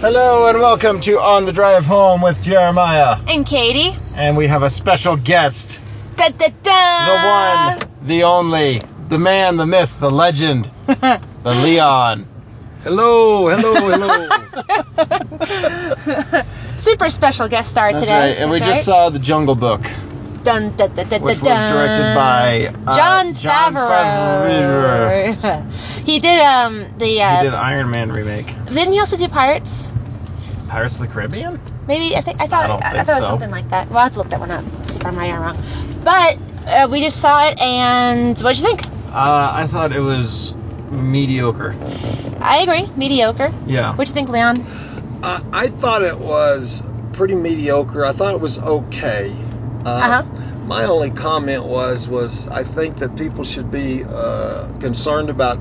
Hello and welcome to On the Drive Home with Jeremiah. And Katie. And we have a special guest. Da da da. The one, the only, the man, the myth, the legend, the Leon. Hello, hello, hello. Super special guest star That's today. right. And we That's just saw The Jungle Book, Dun, da, da, da, which was da, dun. directed by uh, John, John Favreau. Favreau. he did um the. Uh, He did an Iron Man remake. Didn't he also do Pirates? Pirates of the Caribbean? Maybe I think I thought I, don't I think thought it was so. something like that. Well, I will have to look that one up. See if I'm right or wrong. But uh, we just saw it, and what'd you think? Uh, I thought it was mediocre. I agree, mediocre. Yeah. What'd you think, Leon? I, I thought it was pretty mediocre. I thought it was okay. Uh, Uh-huh. My only comment was was I think that people should be uh, concerned about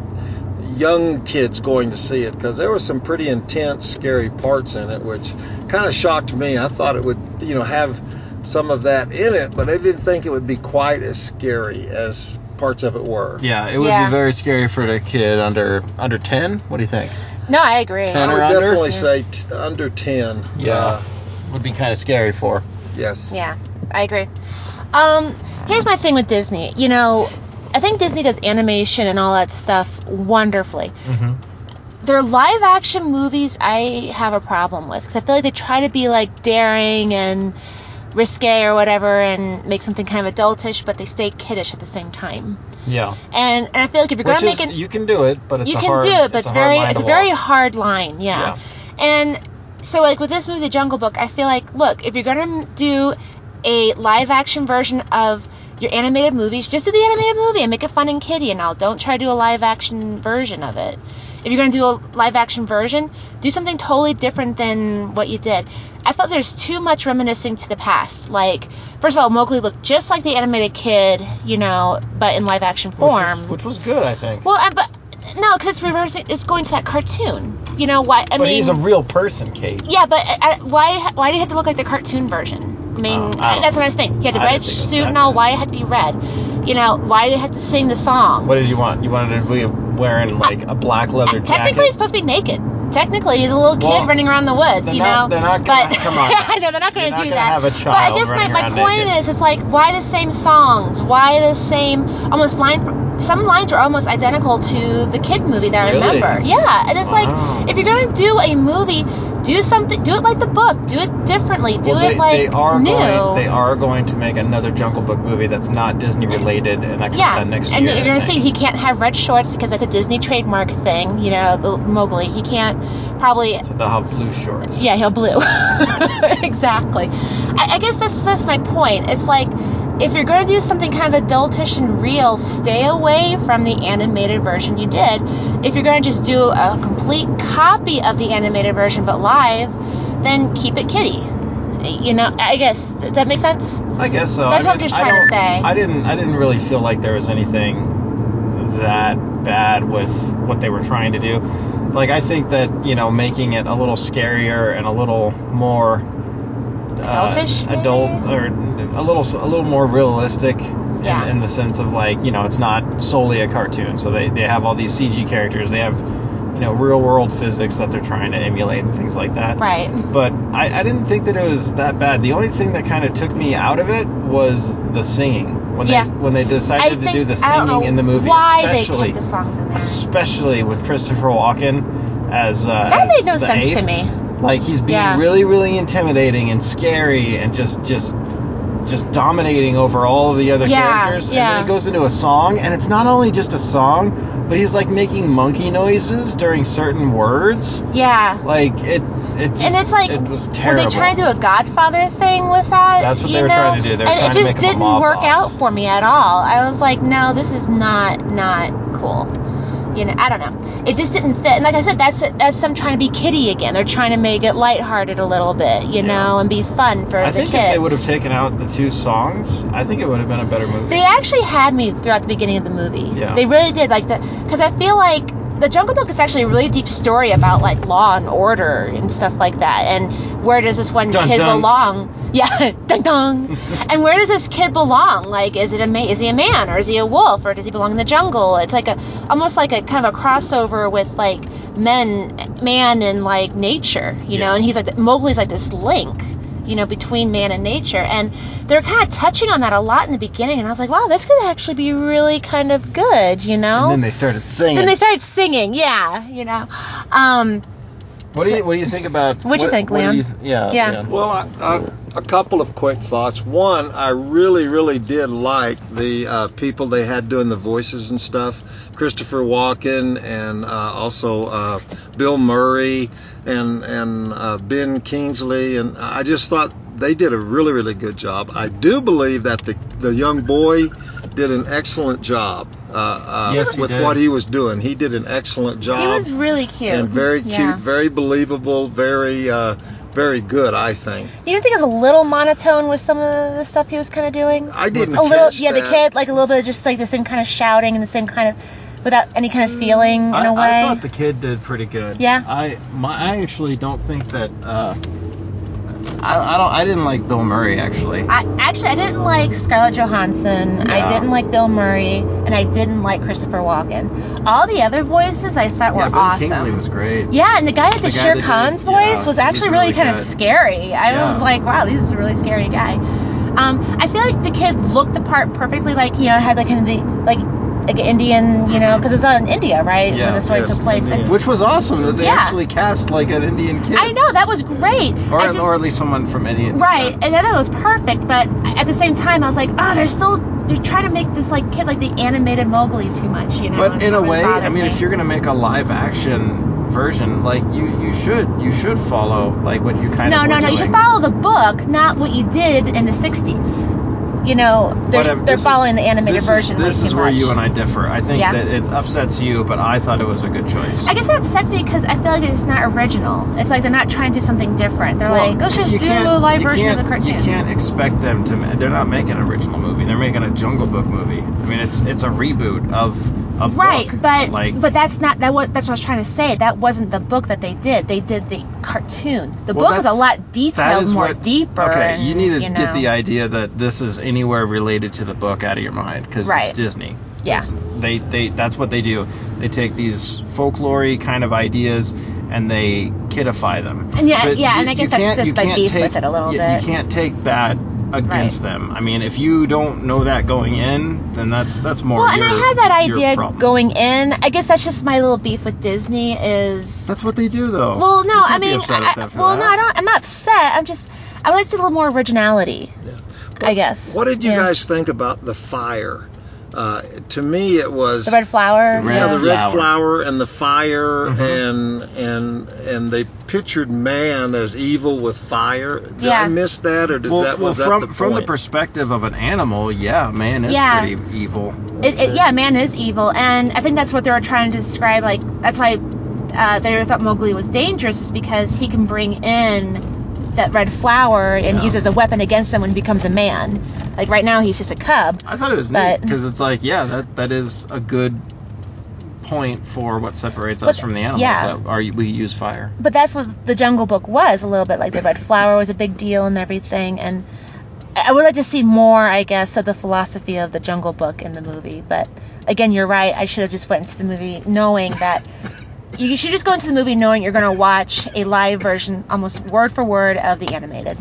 young kids going to see it because there were some pretty intense, scary parts in it, which kind of shocked me. I thought it would, you know, have some of that in it, but I didn't think it would be quite as scary as parts of it were. Yeah, it would Yeah. be very scary for a kid under under 10. What do you think? No, I agree. Ten I or would under? definitely Yeah. say t- under 10. Yeah. Uh, Would be kind of scary for. yes. Yeah, I agree. Um, here's my thing with Disney. You know, I think Disney does animation and all that stuff wonderfully. Mm-hmm. Their live action movies, I have a problem with because I feel like they try to be like daring and risque or whatever and make something kind of adultish, but they stay kiddish at the same time. Yeah. And and I feel like if you're Which gonna is, make an you can do it, but it's you a can hard, do it, but it's, a hard very line it's a to very walk. hard line, yeah. And so like with this movie, The Jungle Book, I feel like look, if you're gonna do a live action version of your animated movies, just do the animated movie and make it fun and kiddie and all. Don't try to do a live action version of it. If you're gonna do a live action version, do something totally different than what you did. I felt there's too much reminiscing to the past. Like, first of all, Mowgli looked just like the animated kid, you know, but in live action Which form. was, which was good, I think. Well, uh, but no, because it's reversing. It's going to that cartoon. You know why? I but mean, he's a real person, Kate. yeah, but uh, uh, why? Why do you have to look like the cartoon version? I mean, uh, Oh, I don't- that's what I was thinking. He had the I didn't red think it was suit that and all. bad. Why it had to be red? You know, why you had to sing the song? What did you want? You wanted to be wearing like a black leather jacket. Technically, he's supposed to be naked. Technically, he's a little kid Well, running around the woods. they're You not- know, they're not gonna- But come on now. I know they're not going You're to not do gonna that. have a but I child guess my, running my around point naked. is, it's like why the same songs? Why the same almost line? For, some lines are almost identical to the kid movie that I Really? remember. Yeah, and it's Wow. like if you're going to do a movie, do something. Do it like the book. Do it differently. Do Well, it they, like they are new. going. They are going to make another Jungle Book movie that's not Disney related, and that comes Yeah, out next and year. you're I gonna see think. he can't have red shorts because that's a Disney trademark thing. You know, the Mowgli. He can't probably So they'll have blue shorts. Yeah, he'll blue. exactly. I, I guess that's that's my point. It's like if you're going to do something kind of adultish and real, stay away from the animated version you did. If you're going to just do a complete copy of the animated version but live, then keep it kitty. You know, I guess does that make sense? I guess so. That's I what I'm mean, just I trying to don't- say. I didn't. I didn't really feel like there was anything that bad with what they were trying to do. Like I think that you know making it a little scarier and a little more uh, Adultish, maybe? adult, or a little a little more realistic. in- Yeah. In, the sense of like you know it's not solely a cartoon, so they they have all these CG characters. They have you know real world physics that they're trying to emulate and things like that Right. but I, I didn't think that it was that bad. The only thing that kind of took me out of it was the singing when Yeah. they when they I decided think to do the I don't singing know in the movie, Why especially they kept the songs in there? especially with Christopher Walken as uh, as That made no the sense to ape. me. Like he's being Yeah. really really intimidating and scary and just just just dominating over all of the other Yeah, characters and yeah. then he goes into a song and it's not only just a song but he's like making monkey noises during certain words Yeah. like it, it just, and it's like it was terrible. were they trying to do a Godfather thing with that? That's what they you were know? trying to do. They were and trying it to just make him a didn't mob work boss. out for me at all. I was like, no, this is not not cool. You know, I don't know. It just didn't fit. And like I said, that's that's them trying to be kitty again. They're trying to make it lighthearted a little bit, you know, and be fun for I the think kids. if they would have taken out the two songs, I think it would have been a better movie. They actually had me throughout the beginning of the movie. Yeah. They really did like that because I feel like the Jungle Book is actually a really deep story about like law and order and stuff like that, and where does this one Dun, kid dun. belong? Yeah, dun dun. and where does this kid belong? Like, is it a ma- is he a man or is he a wolf or does he belong in the jungle? It's like a almost like a kind of a crossover with like men man and like nature, you Yeah. know, and he's like Mowgli's like this link, you know, between man and nature, and they're kind of touching on that a lot in the beginning, and I was like, wow, this could actually be really kind of good, you know. And then they started singing. Then they started singing, yeah, you know. Um, what do you What do you think about? What'd you think, do Leon? th- yeah, Yeah. Leon. Well, I, I, a couple of quick thoughts. One, I really, really did like the uh, people they had doing the voices and stuff. Christopher Walken and uh, also uh, Bill Murray and and uh, Ben Kingsley, and I just thought they did a really, really good job. I do believe that the the young boy did an excellent job uh, uh, Yes, he with did. what he was doing. He did an excellent job he was really cute and very cute, Yeah. very believable, very uh, very good. I think You didn't think it was a little monotone with some of the stuff he was kind of doing? I didn't. a little, catch yeah, the that. kid, like a little bit of just like the same kind of shouting and the same kind of, without any kind of feeling in I, a way. I thought the kid did pretty good. Yeah. I my I actually don't think that. Uh, I, I don't. I didn't like Bill Murray actually. I, actually, I didn't like Scarlett Johansson. Yeah. I didn't like Bill Murray, and I didn't like Christopher Walken. All the other voices I thought yeah, were Ben awesome. Kingsley was great. yeah, and the guy that The did guy Shere that did- Khan's yeah, voice was he actually was really, really kind of good. scary. I Yeah. was like, wow, this is a really scary guy. Um, I feel like the kid looked the part perfectly. Like you know, had like kind of the like like Indian, you know, because it was out in India, right? Mm-hmm. It's Yeah, when the story yes, took place. India. Which was awesome that they Yeah. actually cast like an Indian kid. I know that was great. Or, I just- or at least someone from Indian. Right, descent. and I thought it was perfect, but at the same time, I was like, oh, they're still they're trying to make this like kid like the animated Mowgli too much, you know. But and in it a really way, I bothered mean, me. if you're gonna make a live action version, like you you should you should follow like what you kind no, of. no, were no, you doing. should follow the book, not what you did in the '60s. You know, they're But, um, they're this is- following the animated this version. Is, this way is too where much. you and I differ. I think Yeah. that it upsets you, but I thought it was a good choice. I guess it upsets me because I feel like it's not original. It's like they're not trying to do something different. They're Well, like, let's you just do can't- a live you version of the can't- cartoon. You can't expect them to. ma- They're not making an original movie. They're making a Jungle Book movie. I mean, it's it's a reboot of a Right, book. but like but that's not that was that's what I was trying to say. That wasn't the book that they did. They did the cartoon. The Well, book is a that's- lot that detailed, is more what- deeper. Okay, you and, need to you get know, the idea that this is anywhere related to the book out of your mind because Right. it's Disney. Yeah. It's- They they that's what they do. They take these folklory kind of ideas and they kidify them. And yeah, yeah, you- and I guess you that's- can't- that's you my can't beef take- with it a little you, bit. You can't take that against them. I mean, if you don't know that going in, then that's that's more. Well, and your, I had that your idea problem. going in. I guess that's just my little beef with Disney is. That's what they do, though. well, no, You I can't be mean, upset I, at them for well, that. no, I don't. I'm not upset. I'm just. I would like to see a little more originality. I guess. What did you Yeah. guys think about the fire? Uh, to me, it was The red flower. The red yeah, yeah. the red Flower. flower, and the fire, Mhm. and and and they pictured man as evil with fire. Did Yeah. I miss that, or did well, that well, was that from the point? from the perspective of an animal, yeah, man is Yeah. pretty evil. it, it, yeah, man is evil, and I think that's what they were trying to describe. Like that's why uh, they thought Mowgli was dangerous, is because he can bring in that red flower and Yeah. use it as a weapon against them when he becomes a man. Like right now, he's just a cub. I thought it was neat But- because it's like, yeah, that that is a good point for what separates us But- from the animals. yeah. That are we use fire? But that's what the Jungle Book was a little bit. Like the red flower was a big deal and everything, and I I would like to see more, I guess, of the philosophy of the Jungle Book in the movie. But again, you're right. I should have just went into the movie knowing that. You should just go into the movie knowing you're going to watch a live version, almost word for word, of the animated.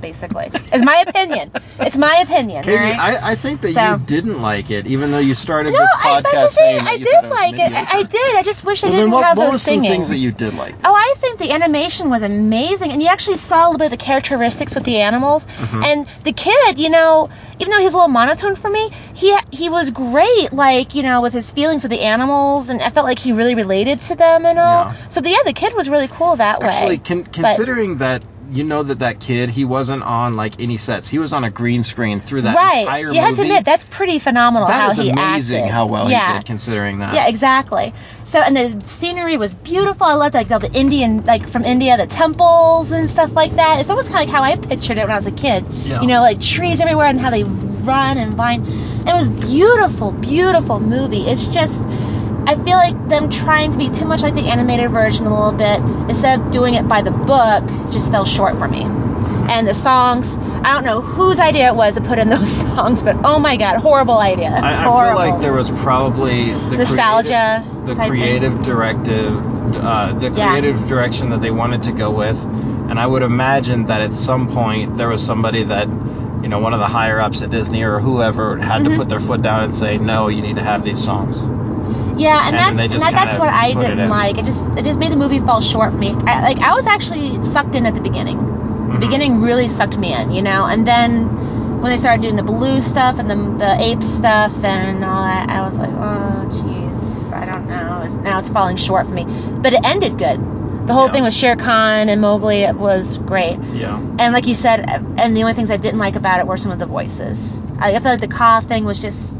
Basically, it's my opinion. It's my opinion. Katie, all right? I, I think that So- you didn't like it, even though you started no, this I, podcast that's the saying thing. that I you thought did like it. I, I mediocre. did. I just wish I Well, didn't then what, have what those were some singing. things that you did like? Oh, I think the animation was amazing, and you actually saw a little bit of the characteristics with the animals. Mm-hmm. And the kid, you know, even though he's a little monotone for me, he he was great. Like you know, with his feelings with the animals, and I felt like he really related to them and all. Yeah. So the, yeah, the kid was really cool that way. Actually, con- considering that you know that that kid, he wasn't on like any sets. He was on a green screen through that right? entire you have to movie. admit that's pretty phenomenal That how is he amazing acted. how well yeah. he did considering that. Yeah, exactly. So, and the scenery was beautiful. I loved like all the Indian, like from India, the temples and stuff like that. It's almost kind of like how I pictured it when I was a kid. Yeah. You know, like trees everywhere and how they run and vine. It was beautiful, beautiful movie. It's just, I feel like them trying to be too much like the animated version a little bit instead of doing it by the book just fell short for me. And the songs, I don't know whose idea it was to put in those songs, but oh my god, horrible idea. I, I horrible. feel like there was probably the Nostalgia creative- the type thing. creative directive uh, the Yeah. creative direction that they wanted to go with. And I would imagine that at some point there was somebody that, you know, one of the higher ups at Disney or whoever had to Mhm. put their foot down and say, no, you need to have these songs. Yeah, And then and, that's they and just that, that's kinda what I put it didn't in. like. It just it just made the movie fall short for me. I, like I was actually sucked in at the beginning. The Mhm. beginning really sucked me in, you know. And then when they started doing the blue stuff and the the ape stuff and all that, I was like, oh jeez, I don't know. It's, now it's falling short for me. But it ended good. The whole Yeah. thing with Shere Khan and Mowgli it was great. Yeah. And like you said, and the only things I didn't like about it were some of the voices. I, I feel like the cough thing was just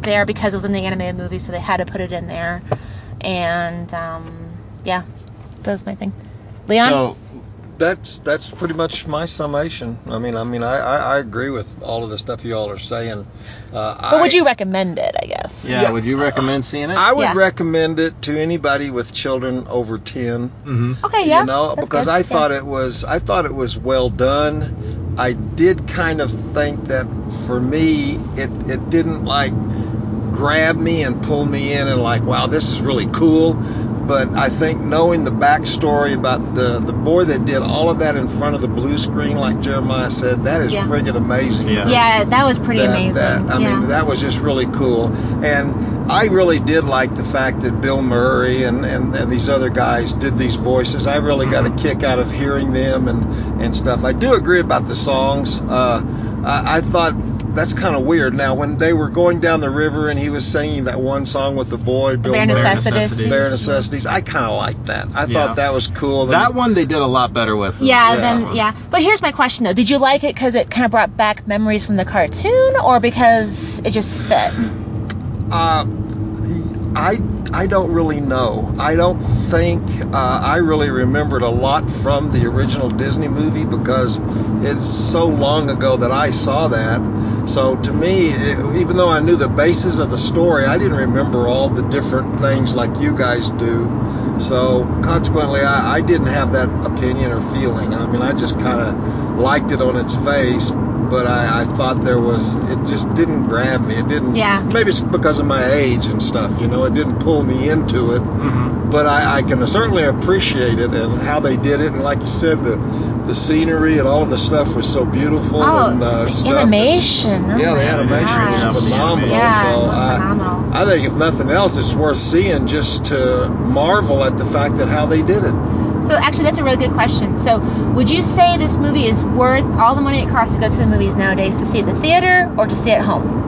there because it was in the animated movie, so they had to put it in there. And um, yeah, that was my thing. Leon, So, that's that's pretty much my summation. I mean, I mean, I, I, I agree with all of the stuff you all are saying. Uh, but would I- you recommend it? I guess. yeah, Yeah. would you recommend seeing it? I would Yeah. recommend it to anybody with children over ten. mm-hmm. Okay. Yeah. You know, that's because good. I Yeah. thought it was I thought it was well done. I did kind of think that for me it it didn't like grab me and pull me in and like wow this is really cool. But I think knowing the backstory about the the boy that did all of that in front of the blue screen, like Jeremiah said, that is Yeah. friggin' amazing. Yeah. Yeah, that was pretty that- amazing. that- I yeah. mean, that was just really cool. And I really did like the fact that Bill Murray and, and, and these other guys did these voices. I really got a Mm-hmm. Mhm. kick out of hearing them and, and stuff. I do agree about the songs. Uh, I, I thought that's kind of weird. Now, when they were going down the river and he was singing that one song with the boy, Bill bare Murray, necessities. Bare Necessities, I kind of liked that. I Yeah. thought that was cool. That one they did a lot better with. Yeah, Yeah. Then yeah. But here's my question though: Did you like it because it kind of brought back memories from the cartoon, or because it just fit? Uh, I I don't really know. I don't think uh, I really remembered a lot from the original Disney movie because it's so long ago that I saw that. So to me, it, even though I knew the basis of the story, I didn't remember all the different things like you guys do. So consequently, I, I didn't have that opinion or feeling. I mean, I just kind of liked it on its face, but I, I thought there was it just didn't grab me. It didn't. Yeah. Maybe it's because of my age and stuff. You know, it didn't pull me into it. Mm-hmm. But I, I can certainly appreciate it and how they did it. And like you said, the the scenery and all of the stuff was so beautiful. Oh, and, uh, the stuff. animation. Oh yeah, the my animation gosh. Yeah, was with the phenomenal. animation. Yeah, so it was I- phenomenal. I think if nothing else, it's worth seeing just to marvel at the fact that how they did it. So actually, that's a really good question. So, would you say this movie is worth all the money it costs to go to the movies nowadays to see at the theater or to see at home?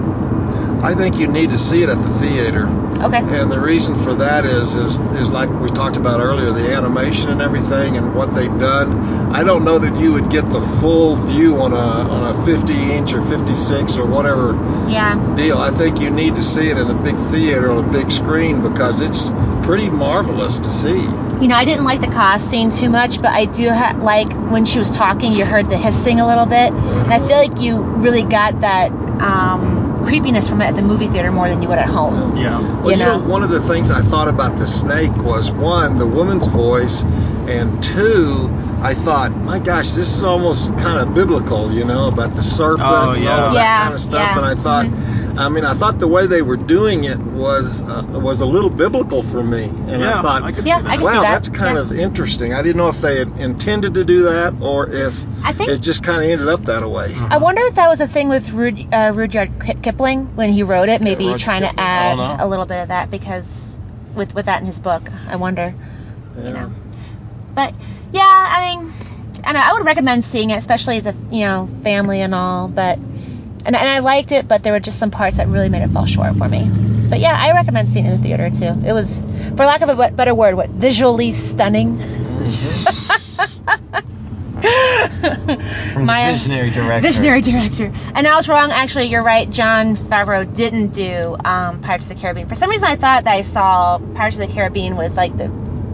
I think you need to see it at the theater. Okay. And the reason for that is, is, is like we talked about earlier, the animation and everything and what they've done. I don't know that you would get the full view on a, on a 50 inch or 56 or whatever Yeah. deal. I think you need to see it in a big theater on a big screen because it's pretty marvelous to see. You know, I didn't like the cost scene too much, but I do ha- like when she was talking, you heard the hissing a little bit, and I feel like you really got that um, creepiness from it at the movie theater more than you would at home. Yeah. Well, You you know? know? one of the things I thought about the snake was one, the woman's voice, and two, I thought, my gosh, this is almost kind of biblical, you know, about the serpent Oh, and all yeah. of that Yeah, kind of stuff. yeah. Mm-hmm. And I thought, I mean, I thought the way they were doing it was uh, was a little biblical for me, and yeah, I thought. could Yeah, see I that. could see Wow, that. that's kind Yeah. of interesting. I didn't know if they had intended to do that or if I think- it just kind of ended up that way. Uh-huh. I wonder if that was a thing with Rud- uh, Rudyard Ki- Kipling when he wrote it, maybe Rudyard trying to Kipling. I don't add know. a little bit of that because with with that in his book, I wonder. Yeah. know. But yeah, I mean, I know I would recommend seeing it, especially as a you know family and all. But and, and I liked it, but there were just some parts that really made it fall short for me. But yeah, I recommend seeing it in the theater too. It was, for lack of a wet- better word, what visually stunning. Mm-hmm. From Maya- the visionary director. Visionary director. And I was wrong. Actually, you're right. John Favreau didn't do um, Pirates of the Caribbean. For some reason, I thought that I saw Pirates of the Caribbean with like the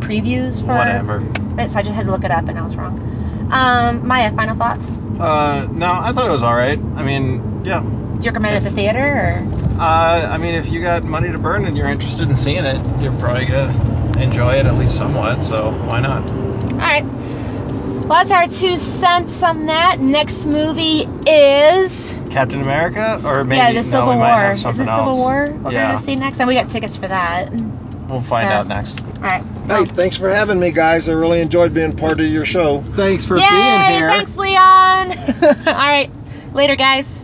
previews for Whatever. But so I just had to look it up, and I was wrong. Um, Maya, final thoughts? Do Uh, no, I thought it was all right. I mean, yeah. you recommend it at the theater or? Uh, I mean, if you got money to burn and you're interested in seeing it, you're probably gonna enjoy it at least somewhat. So why not? All right. Well, that's our two cents on that. Next movie is Captain America, or maybe yeah, the no, Civil we might War. have Isn't something Civil else. War? We're yeah. gonna see next time. We got tickets for that. We'll find So- out next. All right. Hey, thanks for having me, guys. I really enjoyed being part of your show. Thanks for Yay! Thanks, Leon. All right. Later, guys.